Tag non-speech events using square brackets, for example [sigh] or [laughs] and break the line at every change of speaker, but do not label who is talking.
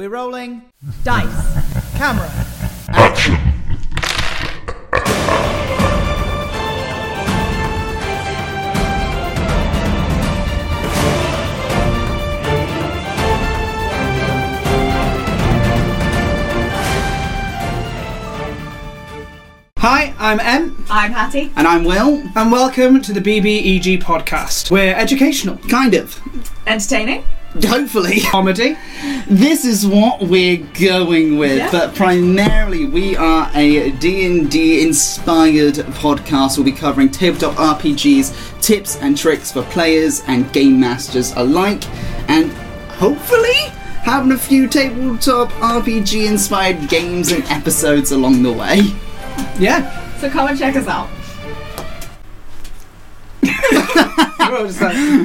[laughs]
rolling dice. Camera.
Hi, I'm Em,
I'm Hattie.
And I'm Will.
and welcome to the BBEG podcast. We're educational,
Kind of.
Entertaining?
Hopefully.
comedy,
This is what we're going with,
Yeah.
but primarily we are a D&D inspired podcast. We'll be covering tabletop RPGs, tips and tricks for players and game masters alike, and hopefully having a few tabletop RPG inspired games and episodes along the way.
yeah.
So come and check us out.
We're all just like,